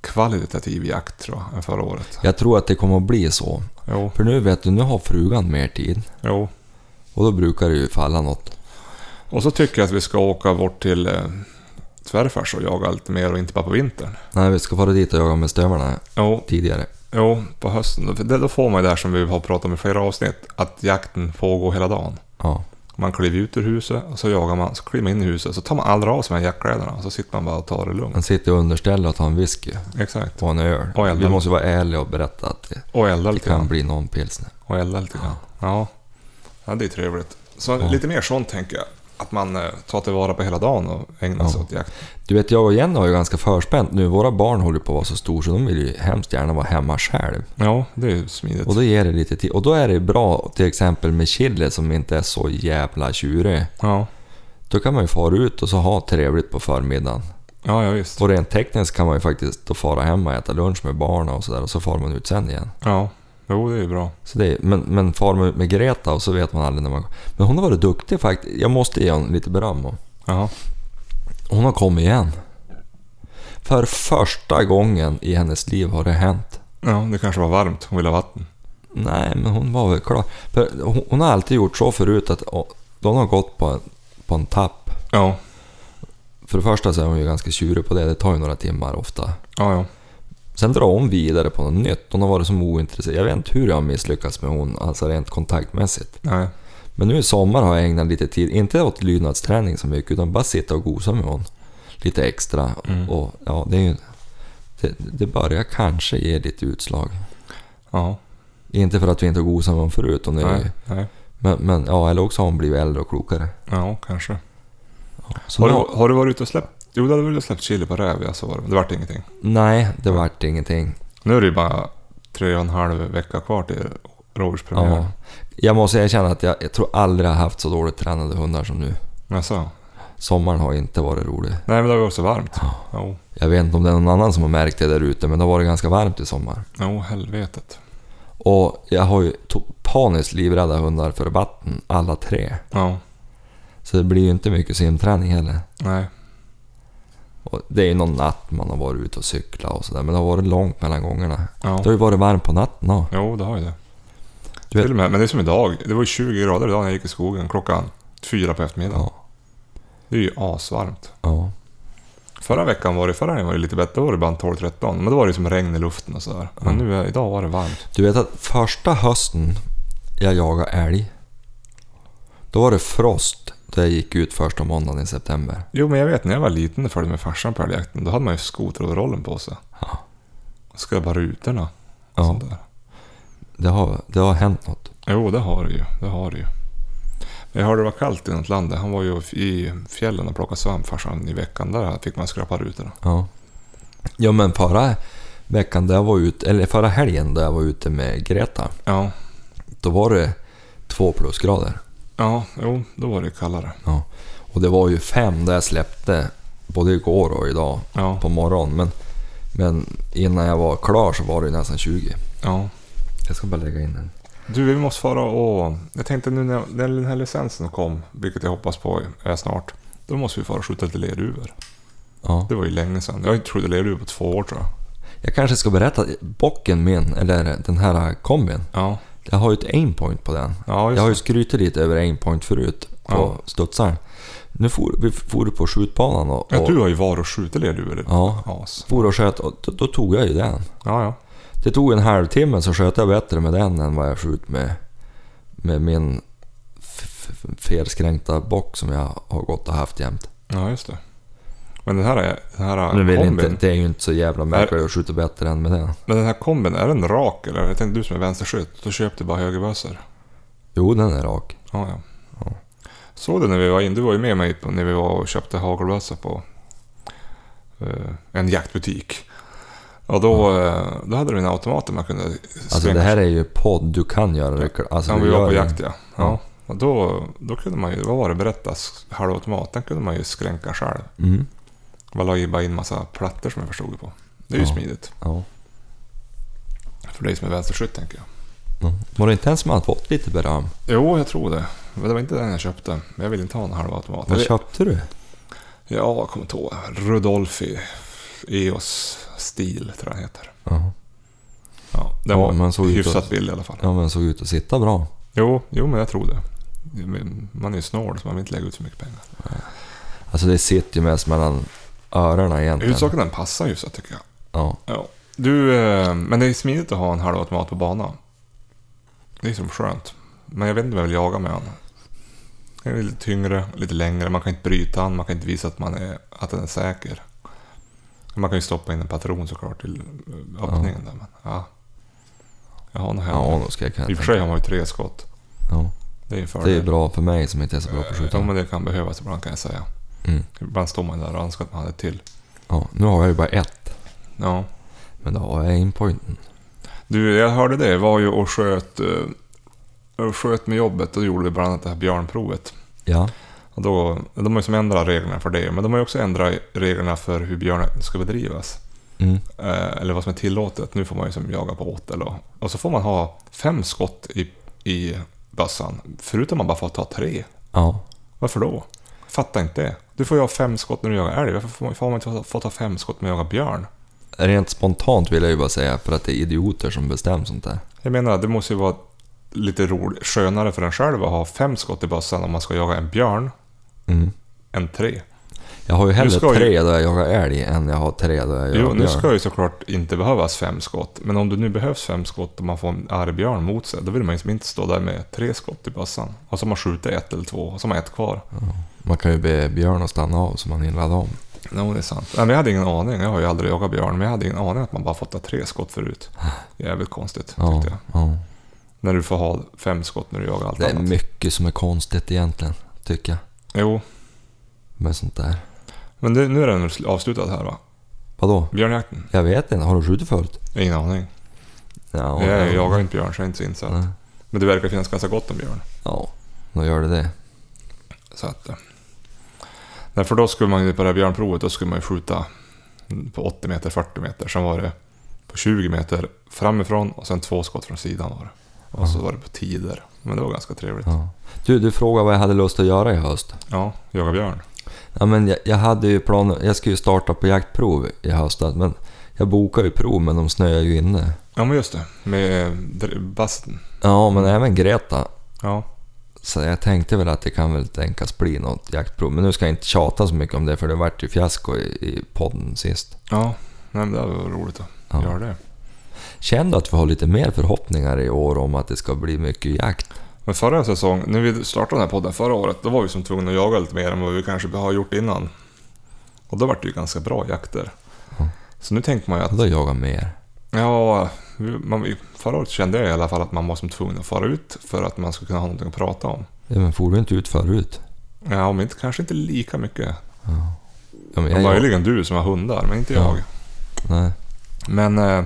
B: kvalitativ jakt, tror jag, än förra året.
A: Jag tror att det kommer att bli så.
B: Jo,
A: För nu vet du, nu har frugan mer tid.
B: jo.
A: Och då brukar det ju falla något.
B: Och så tycker jag att vi ska åka bort till eh, svärfars och jaga lite mer och inte bara på vintern.
A: Nej, vi ska fara dit och jaga med stövarna
B: Jo,
A: tidigare.
B: jo på hösten. Då- för det- Då får man ju det här som vi har pratat om i flera avsnitt, att jakten pågår hela dagen.
A: Ja.
B: Man kliver ut ur huset och så jagar man, så kliver man in i huset, så tar man aldrig av sig de här jackkläderna och så sitter man bara och tar det lugnt.
A: Han sitter och underställer och tar en whisky
B: Exakt.
A: och en öl.
B: Och eldar.
A: vi måste ju vara ärliga och berätta att det,
B: Och elda
A: det
B: lite
A: kan
B: grann.
A: bli någon pilsner.
B: Och elda lite grann. Ja. ja, det är trevligt. Så
A: Ja.
B: lite mer sånt tänker jag. Att man eh, tar tillvara på hela dagen och ägnar sig
A: Ja.
B: åt jakt.
A: Du vet, jag och Jenny har ju ganska förspänt nu. Våra barn håller på att vara så stora så de vill ju hemskt gärna vara hemma själv.
B: Ja, det är ju smidigt.
A: Och då ger det lite tid. Och då är det bra till exempel med chili som inte är så jävla tjurig.
B: Ja,
A: Då kan man ju fara ut och så ha trevligt på förmiddagen.
B: ja, ja visst.
A: Och rent tekniskt kan man ju faktiskt då fara hem och äta lunch med barnen och sådär och så far man ut sen igen.
B: Ja, jo det är ju bra.
A: Så det är, men, men far man ut med Greta och så vet man aldrig när man Men hon har varit duktig faktiskt. Jag måste ge henne lite beröm. om.
B: Jaha.
A: Hon har kommit igen. För första gången i hennes liv har det hänt.
B: Ja, det kanske var varmt. Hon ville ha vatten.
A: Nej, men hon var väl klar. För hon, hon har alltid gjort så förut att å, de har gått på en, på en tapp.
B: Ja,
A: För det första så är hon ju ganska tjurig på det. Det tar ju några timmar ofta.
B: ja, ja.
A: Sen drar hon vidare på något nytt. Hon har varit som ointresserad. Jag vet inte hur jag har misslyckats med hon, alltså rent kontaktmässigt.
B: Nej.
A: Men nu i sommar har jag ägnat lite tid, inte åt lydnadsträning så mycket, utan bara sitta och gosa med hon. Lite extra.
B: Mm.
A: Och, ja, det, är ju, det, det börjar kanske ge lite utslag.
B: Ja,
A: Inte för att vi inte har gosat med hon förut, hon är, ju-
B: nej, nej.
A: men, men ja, eller också har hon blivit äldre och klokare.
B: Ja, kanske.
A: Så
B: Har du,
A: nu-
B: har du varit ute och släppt? Jo, du hade varit ute och släppt chili på räv, ja, så var det. Det vart ingenting.
A: Nej, det vart ingenting.
B: Nu är det ju bara tre och en halv vecka kvar till rådjurspremiären.
A: Ja. Jag måste erkänna att jag, jag tror aldrig jag har haft så dåligt tränade hundar som nu.
B: Ja. så.
A: Sommaren har inte varit rolig.
B: Nej, men det var ju också varmt. Jo,
A: Jag vet inte om det är någon annan som har märkt det där ute, men det har varit ganska varmt i sommar.
B: jo helvetet.
A: Och jag har ju to- paniskt livrädda hundar för vatten, alla tre.
B: Ja,
A: Så det blir ju inte mycket simträning heller.
B: nej.
A: Och det är ju någon natt man har varit ute och cyklat och sådär, men det har varit långt mellan gångerna. Det har
B: Ja.
A: ju varit varmt på natten också.
B: Jo, det har ju det.
A: Du vet-
B: Till och med, men det är som idag. Det var ju 20 grader idag när jag gick i skogen klockan fyra på eftermiddagen.
A: Ja.
B: Det är ju asvarmt.
A: Ja.
B: Förra veckan var det, förra helgen var det lite bättre, då var det bara 12-13. Men då var det som regn i luften och sådär. Men
A: Mm.
B: nu, är- idag var det varmt.
A: Du vet att första hösten jag jagade älg, då var det frost då jag gick ut första måndagen i september.
B: Jo, men jag vet när jag var liten och följde med farsan på älgjakten, då hade man ju skoteroverallen på sig.
A: Ja.
B: Och skrubba rutorna och
A: Ja,
B: sånt där.
A: det har, det har hänt något.
B: Jo, det har det ju. Det har det ju. Jag hörde det var kallt i något land. Han var ju i fjällen och plockade svamp farsan i veckan. Där fick man skrapa rutorna.
A: Ja. ja, men förra veckan där jag var ute, eller förra helgen där jag var ute med Greta,
B: Ja,
A: då var det två plusgrader.
B: ja, jo, då var det kallare.
A: Ja. Och det var ju fem där jag släppte både igår och idag
B: Ja,
A: på morgonen. Men, men innan jag var klar så var det ju nästan 20.
B: ja.
A: Jag ska bara lägga in den.
B: Du, vi måste fara och... Jag tänkte nu när när den här licensen kom, vilket jag hoppas på är snart, då måste vi fara och skjuta lite lerduvor.
A: Ja.
B: Det var ju länge sedan. Jag har inte skjutit lerduvor på två år tror jag.
A: Jag kanske ska berätta, bocken min, eller den här kombin,
B: Ja,
A: jag har ju ett aimpoint på den.
B: ja
A: Jag har ju
B: just
A: skrytit lite över aimpoint förut på
B: Ja.
A: studsaren. Nu for vi for på skjutbanan och,
B: det. Ja,
A: och,
B: du har ju varit och skjutit lerduvor. ditt
A: Ja.
B: As.
A: for och sköt och då, då tog jag ju den.
B: Ja, ja.
A: Det tog en halvtimme så sköt jag bättre med den än vad jag sköt med, med min f- f- felskränkta bock som jag har gått och haft jämt.
B: Ja, just det. Men den här, är- den här
A: Nu vill jag
B: kombin,
A: inte, det är ju inte så jävla märkligt att skjuta bättre än med den.
B: men den här kombin, är den rak eller? Jag tänkte du som är vänsterskytt, då köpte du bara högerbössor.
A: Jo, den är rak.
B: Ja, ja. Såg du när vi var in? Du var ju med mig på- när vi var och köpte hagelbössa på eh, en jaktbutik. Och då, eh, då hade du en automat där man kunde
A: Alltså det här är ju podd, du kan göra det. Alltså,
B: Ja,
A: du
B: vi var
A: gör
B: på
A: det.
B: jakt ja. ja.
A: Ja.
B: Och då, då kunde man ju, vad var det, berättas halvautomat, den kunde man ju skränka själv.
A: Mm.
B: Man la ju bara in massa plattor som jag förstod det på. Det är ju
A: Ja.
B: smidigt.
A: Ja.
B: För dig som är vänsterskytt tänker jag.
A: Ja. Var det inte den som hade fått lite beröm?
B: Jo, jag tror det. Men det var inte den jag köpte. Men jag ville inte ha en halvautomat.
A: Vad
B: Jag-
A: köpte du?
B: Ja, jag kommer inte ihåg. Rudolfi EOS Stil tror jag den heter.
A: Ja.
B: Ja, den
A: Ja,
B: var
A: men såg ut
B: hyfsat
A: att-
B: billig i alla fall.
A: ja, men den såg ut att sitta bra.
B: Jo, jo, men jag tror det. Men Man är ju snål så man vill inte lägga ut för mycket pengar.
A: Alltså det sitter ju mest mellan öronen egentligen.
B: Huvudsaken den passar hyfsat tycker jag.
A: Ja.
B: Ja. Du, eh, men det är smidigt att ha en halvautomat på banan. Det är som skönt. Men jag vet inte om jag vill jaga med honom. Den är lite tyngre, lite längre. Man kan inte bryta den, man kan inte visa att, man är, att den är säker. Man kan ju stoppa in en patron såklart till eh, öppningen där. Men, ja. Jag har nog
A: Ja,
B: hemma.
A: nog ska jag kunna
B: I och för
A: tänka.
B: sig har man ju tre skott.
A: Ja.
B: Det är ju en fördel.
A: Det är bra för mig som inte är så bra på att
B: Eh,
A: skjuta.
B: Ja, men det kan behövas ibland kan jag säga.
A: Mm.
B: Ibland står man där och önskar att man hade ett till.
A: Ja, nu har jag ju bara ett.
B: Ja.
A: Men då har jag aimpointen.
B: Du, jag hörde det. Jag var ju och sköt, eh, och sköt med jobbet. Då gjorde vi bland annat det här björnprovet.
A: Ja.
B: Och då, de har ju som ändrat reglerna för det. Men de har ju också ändrat reglerna för hur björnjakten ska bedrivas.
A: Mm.
B: Eh, eller vad som är tillåtet. Nu får man ju som jaga på åtel. Och, och så får man ha fem skott i, i bössan. Förutom man bara får ta tre.
A: Ja.
B: Varför då? Fattar inte det. Du får ju ha fem skott när du jagar älg. Varför får man, får man inte få ta fem skott när man jagar björn?
A: Rent spontant vill jag ju bara säga för att det är idioter som bestämmer sånt där.
B: Jag menar, det måste ju vara lite roligt, skönare för en själv att ha fem skott i bössan om man ska jaga en björn
A: Mm.
B: än tre.
A: Jag har ju hellre
B: ska ju-
A: tre då jag jagar älg än jag har tre då jag jagar
B: Jo, nu
A: björn.
B: ska ju såklart inte behövas fem skott, men om det nu behövs fem skott och man får en arg björn mot sig, då vill man ju liksom inte stå där med tre skott i bössan. Och så har man skjutit ett eller två, och så har man ett kvar.
A: Man kan ju be björn att stanna av så man hinner ladda om.
B: Jo, det är sant. Nej, men jag hade ingen aning, jag har ju aldrig jagat björn, men jag hade ingen aning att man bara fått ta tre skott förut. Jävligt konstigt, tyckte
A: Ja,
B: jag.
A: ja.
B: När du får ha fem skott när du jagar allt
A: Det är
B: annat.
A: mycket som är konstigt egentligen, tycker jag.
B: Jo,
A: Med sånt där.
B: men det, nu är den avslutad här va?
A: Vadå?
B: Björnjakten?
A: Jag vet inte, har du skjutit förut?
B: Ingen aning.
A: Ja,
B: jag jag jagar inte björn så jag är inte så insatt.
A: Nej.
B: Men det verkar finnas ganska gott om björn.
A: Ja, då gör det det.
B: Så att, eh. nej, för då skulle man ju på det här björnprovet, då skulle man ju skjuta på 80 meter, 40 meter. Sen var det på 20 meter framifrån och sen två skott från sidan var det. Och så var det på tider. Men det var ganska trevligt.
A: Ja. Du, du frågade vad jag hade lust att göra i höst.
B: Ja, jaga björn.
A: Ja, men jag, jag hade ju planer, jag skulle ju starta på jaktprov i höstas, men jag bokade ju prov men de snöade ju inne.
B: Ja, men just det. Med eh, dr- basten.
A: Ja, men även Greta.
B: Ja.
A: Så jag tänkte väl att det kan väl tänkas bli något jaktprov, men nu ska jag inte tjata så mycket om det för det vart ju fiasko i, i podden sist.
B: ja, nej men det var roligt att
A: Ja.
B: göra det.
A: Känner du att vi har lite mer förhoppningar i år om att det ska bli mycket jakt?
B: Men förra säsongen, när vi startade den här podden förra året, då var vi som tvungna att jaga lite mer än vad vi kanske har gjort innan. Och då var det ju ganska bra jakter. Så nu tänker man ju
A: Ja,
B: att,
A: då jagar mer.
B: ja, vi- man, förra året kände jag i alla fall att man var som tvungen att fara ut för att man skulle kunna ha någonting att prata om.
A: Ja, men for du inte ut förut?
B: Ja, om inte, kanske inte lika mycket.
A: Ja, men jag jag,
B: Möjligen du som har hundar, men inte jag.
A: Ja. nej.
B: Men eh,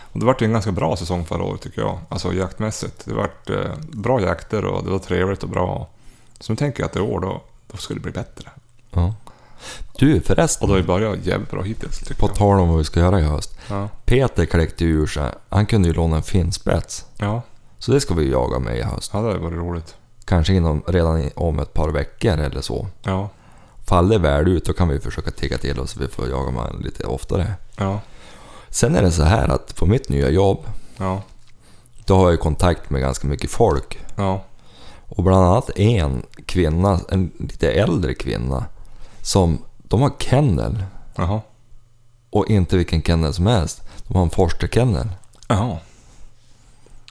B: och det var ju en ganska bra säsong förra året tycker jag, alltså jaktmässigt. Det var eh, bra jakter och det var trevligt och bra. Så nu tänker jag att i år då, då ska det bli bättre.
A: Ja. Du
B: Och
A: förresten,
B: då har ju börjat jävligt bra hittills tycker
A: på
B: jag.
A: tal om vad vi ska göra i höst.
B: Ja.
A: Peter kläckte ju ur sig, han kunde ju låna en finspets.
B: Ja.
A: Så det ska vi ju jaga med i höst.
B: ja, det har varit roligt.
A: Kanske inom, redan i- om ett par veckor eller så.
B: Ja,
A: Faller det väl ut då kan vi försöka tigga till oss så vi får jaga med honom lite oftare.
B: ja,
A: Sen är det så här att på mitt nya jobb,
B: ja,
A: då har jag ju kontakt med ganska mycket folk.
B: ja,
A: Och bland annat en kvinna, en lite äldre kvinna, som de har kennel.
B: jaha,
A: Och inte vilken kennel som helst. De har en forsterkennel.
B: jaha.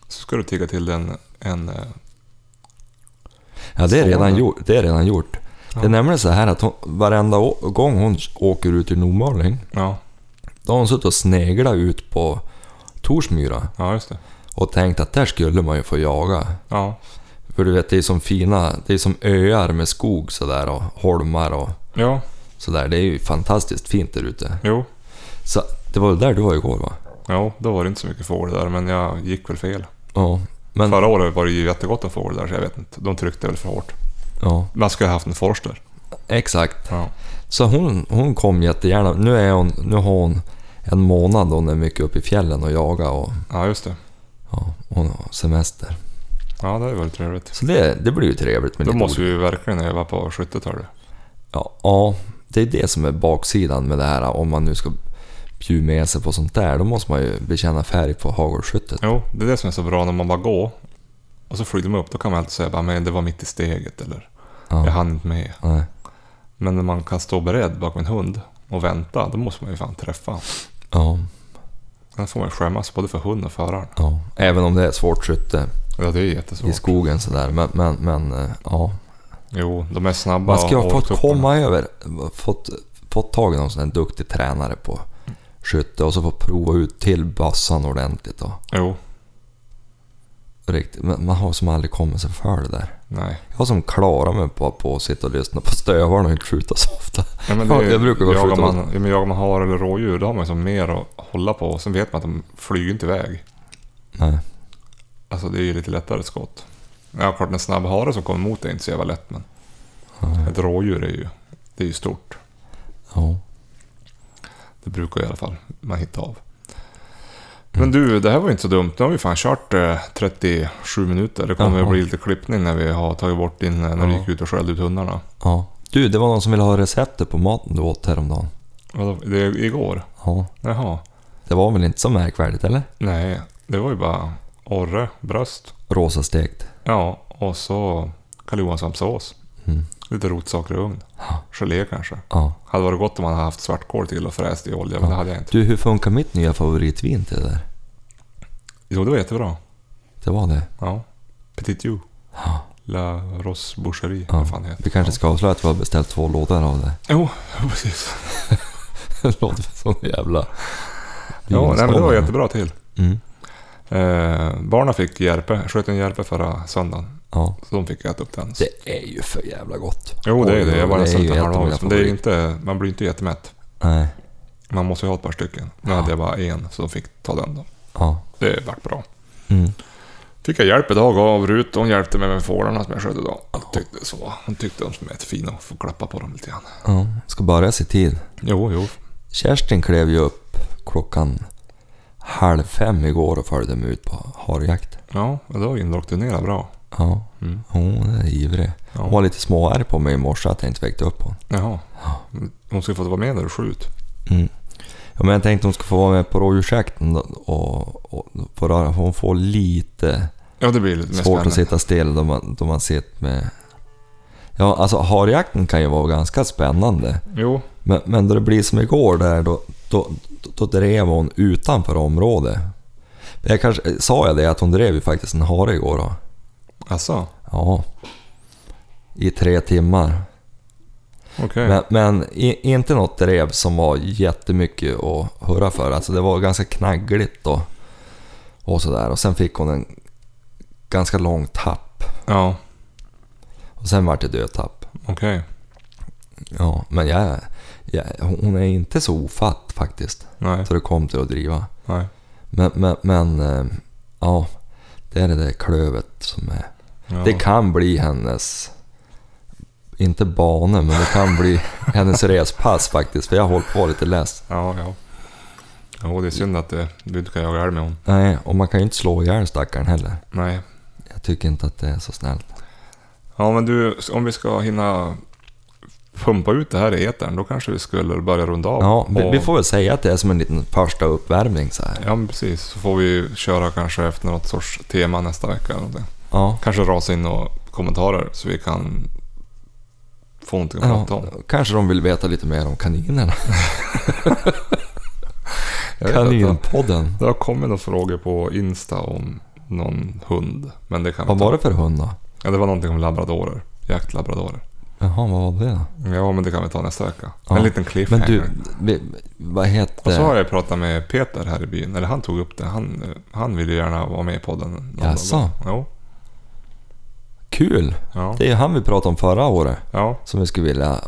B: Så ska du tigga till en, en eh,
A: Ja, det är, redan
B: Stående.
A: gjort, det är redan gjort. Det är nämligen så här att hon, varenda å- gång hon åker ut i Nordmaling,
B: ja,
A: då har hon suttit och sneglat ut på Torsmyra
B: ja just det.
A: och tänkt att där skulle man ju få jaga.
B: Ja,
A: För du vet, det är som fina, det är som öar med skog sådär och holmar och
B: ja,
A: sådär. Det är ju fantastiskt fint där ute.
B: jo,
A: Så det var väl där du var igår va?
B: ja, då var det inte så mycket fågel där, men jag gick väl fel.
A: Ja. Men,
B: Förra året var det ju jättegott om fågel där, så jag vet inte. De tryckte väl för hårt.
A: ja,
B: Man skulle ha haft en forster.
A: exakt.
B: Ja.
A: Så hon, hon kom jättegärna. Nu, är hon, nu har hon en månad och hon är mycket uppe i fjällen och jagar och
B: ja, just det.
A: ja, hon har semester.
B: Ja, det är väl trevligt.
A: Så det, det blir ju trevligt med
B: Då
A: lite
B: måste vi ju verkligen öva på skyttetalet.
A: Ja, ja, det är det som är baksidan med det här. Om man nu ska bjuda med sig på sånt där, då måste man ju bekänna färg på hagelskyttet.
B: Jo, det är det som är så bra när man bara går. Och så flyger de upp, då kan man alltid säga bara, men det var mitt i steget eller jag
A: Ja,
B: hann inte med.
A: nej.
B: Men när man kan stå beredd bakom en hund och vänta, då måste man ju fan träffa.
A: ja,
B: Sen får man ju skämmas både för hunden och föraren.
A: ja. Även om det är svårt skytte
B: Ja, det är
A: i
B: jättesvårt.
A: skogen sådär. Men, men, men eh, ja.
B: Jo, de är snabba
A: Man ska ju ha
B: och
A: fått
B: åktupparna.
A: komma över, fått, fått tag i någon sån här duktig tränare på skytte och så få prova ut till bassan ordentligt. Och,
B: Jo,
A: riktigt. Men man har som aldrig kommit sig för det där.
B: nej.
A: Jag har som klarat mig på, på att sitta och lyssna på stövarna och inte skjuta så ofta.
B: Ja, men
A: Ja,
B: är-
A: jag brukar gå
B: jagar
A: skjuta
B: man, ja, men jagar man har eller rådjur, då har man ju som mer att hålla på. Sen vet man att de flyger inte iväg.
A: Nej.
B: Alltså det är ju lite lättare skott. Ja, klart en snabb hare som kommer mot dig är inte så jävla lätt, men ett rådjur är ju, det är ju stort.
A: Ja.
B: Det brukar i alla fall man hitta av.
A: Mm.
B: Men du, det här var ju inte så dumt. Nu har vi fan kört eh, 37 minuter. Det kommer
A: Jaha.
B: att bli lite klippning när vi har tagit bort din, eh, när du
A: Ja.
B: gick ut och skällde ut hundarna.
A: ja. Du, det var någon som ville ha receptet på maten du åt häromdagen.
B: Vadå? Det är igår?
A: Ja.
B: Jaha.
A: Det var väl inte så märkvärdigt eller?
B: Nej, det var ju bara orre, bröst.
A: Rosastekt.
B: Ja, och så karl johansson
A: Mm.
B: Lite rotsaker i ugn.
A: Ja.
B: Gelé kanske.
A: Ja.
B: Hade varit gott om man hade haft svartkål till och fräst i olja, men det hade jag inte.
A: Du, hur funkar mitt nya favoritvin till det där?
B: Jo, det var jättebra.
A: Det var det.
B: Ja. Petit Jou.
A: Ja.
B: La Rosse Boucherie,
A: Ja.
B: vad fan det heter.
A: Vi kanske
B: Ja.
A: ska avslöja att vi har beställt två lådor av det.
B: Jo, precis.
A: Det låter som en jävla...
B: Ja, nej, men det var
A: vinstående.
B: jättebra till.
A: Mm.
B: Eh, barnen fick järpe, sköt en järpe förra söndagen.
A: Ja.
B: Så de fick äta upp den.
A: Det är ju för jävla gott.
B: Jo, det
A: Oj,
B: är det.
A: oj,
B: Jag var
A: det
B: nästan
A: är ju
B: inte
A: ett av mina
B: halvhålls. Men det är ju
A: favorit.
B: inte, man blir inte jättemätt.
A: Nej.
B: Man måste ju ha ett par stycken. Nu
A: Ja.
B: hade jag bara en, så de fick ta den då.
A: Ja.
B: Det vart bra.
A: Mm.
B: Fick jag hjälp idag av Rut. Hon hjälpte mig med fålarna som jag sköt idag. Hon tyckte, så. Hon tyckte de var fina och får klappa på dem lite grann.
A: ja. Ska börja i tid.
B: Jo, jo.
A: Kerstin klev ju upp klockan halv fem igår och följde mig ut på harjakt.
B: Ja, och då indoktrinerar bra.
A: Ja.
B: Mm.
A: Hon är ivrig.
B: Ja.
A: Hon var lite småarg på mig i morse att jag inte väckte upp hon.
B: Jaha. Hon skulle fått vara med när du skjut.
A: Mm. Ja, men jag tänkte hon skulle få vara med på rådjursjakten då, och, och, få röra. Hon får lite
B: Ja, det blir lite mer
A: svårt att
B: spännande.
A: sitta still då man, då man sitter med... Ja, alltså harjakten kan ju vara ganska spännande.
B: Jo,
A: Men, men då det blir som igår där, då, då, då, då drev hon utanför området. Jag kanske, sa jag det att hon drev ju faktiskt en hare igår då?
B: alltså.
A: Ja. I tre timmar.
B: Okej.
A: Men, men i, inte något drev som var jättemycket att hurra för. Alltså det var ganska knaggligt och, och sådär. Och sen fick hon en ganska lång tapp.
B: Ja,
A: Och sen vart det dödtapp.
B: okej.
A: Ja, men jag, jag, hon är inte så ofatt faktiskt.
B: Nej,
A: Så det kom till att driva.
B: nej.
A: Men, men, men eh, ja, det är det där klövet som är.
B: Ja.
A: Det kan bli hennes, inte bane, men det kan bli hennes respass faktiskt. För jag har hållit på lite läst.
B: Ja, ja. Jo, det är synd att eh, du inte kan jaga älg med hon.
A: Nej, och man kan ju inte slå ihjäl stackaren heller.
B: Nej.
A: Jag tycker inte att det är så snällt.
B: Ja, men du, om vi ska hinna pumpa ut det här i etern, då kanske vi skulle börja runda av.
A: Ja, vi,
B: Och-
A: vi får väl säga att det är som en liten första uppvärmning så här.
B: Ja, men precis. Så får vi köra kanske efter något sorts tema nästa vecka. Eller någonting.
A: Ja,
B: Kanske rasa in några kommentarer så vi kan få någonting att
A: ja
B: prata om.
A: kanske de vill veta lite mer om kaninerna.
B: Jag vet att det-
A: Kaninpodden.
B: Det har kommit några frågor på Insta om någon hund. Men det kan vi
A: Vad
B: ta.
A: var det för hund då?
B: Ja, det var någonting om labradorer. Jaktlabradorer.
A: Jaha, vad var det då?
B: Ja, men det kan vi ta nästa vecka.
A: Ja.
B: En liten
A: Men
B: cliffhanger.
A: du, vi- vad heter...
B: Och så har jag pratat med Peter här i byn, eller han tog upp det. Han, eh, han ville gärna vara med i podden. någon dag.
A: Jaså?
B: Jo.
A: Kul!
B: Ja,
A: Det är ju han vi pratade om förra året
B: ja,
A: som vi skulle vilja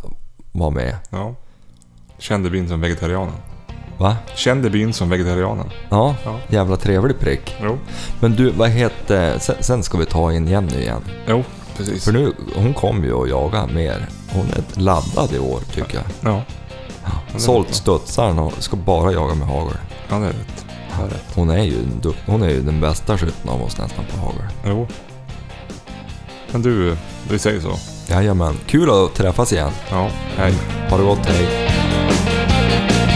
A: vara med.
B: ja. Kände byn som vegetarianen.
A: Va?
B: Kände byn som vegetarianen.
A: Ja,
B: Ja.
A: jävla trevlig prick.
B: Jo,
A: Men du, vad heter... Sen, sen ska vi ta in Jenny igen.
B: jo precis.
A: För nu, hon kommer ju att jaga mer. Hon är laddad i år tycker jag.
B: Ja. det är
A: Sålt
B: rätt.
A: studsaren och ska bara jaga med hagel.
B: ja, det är rätt. Det är rätt.
A: Hon är ju, en du- hon är ju den bästa skytten av oss nästan på hagel.
B: Jo. Men du, vi säger så.
A: Jajamän, kul att träffas igen.
B: Ja, hej.
A: Ha det gott, hej.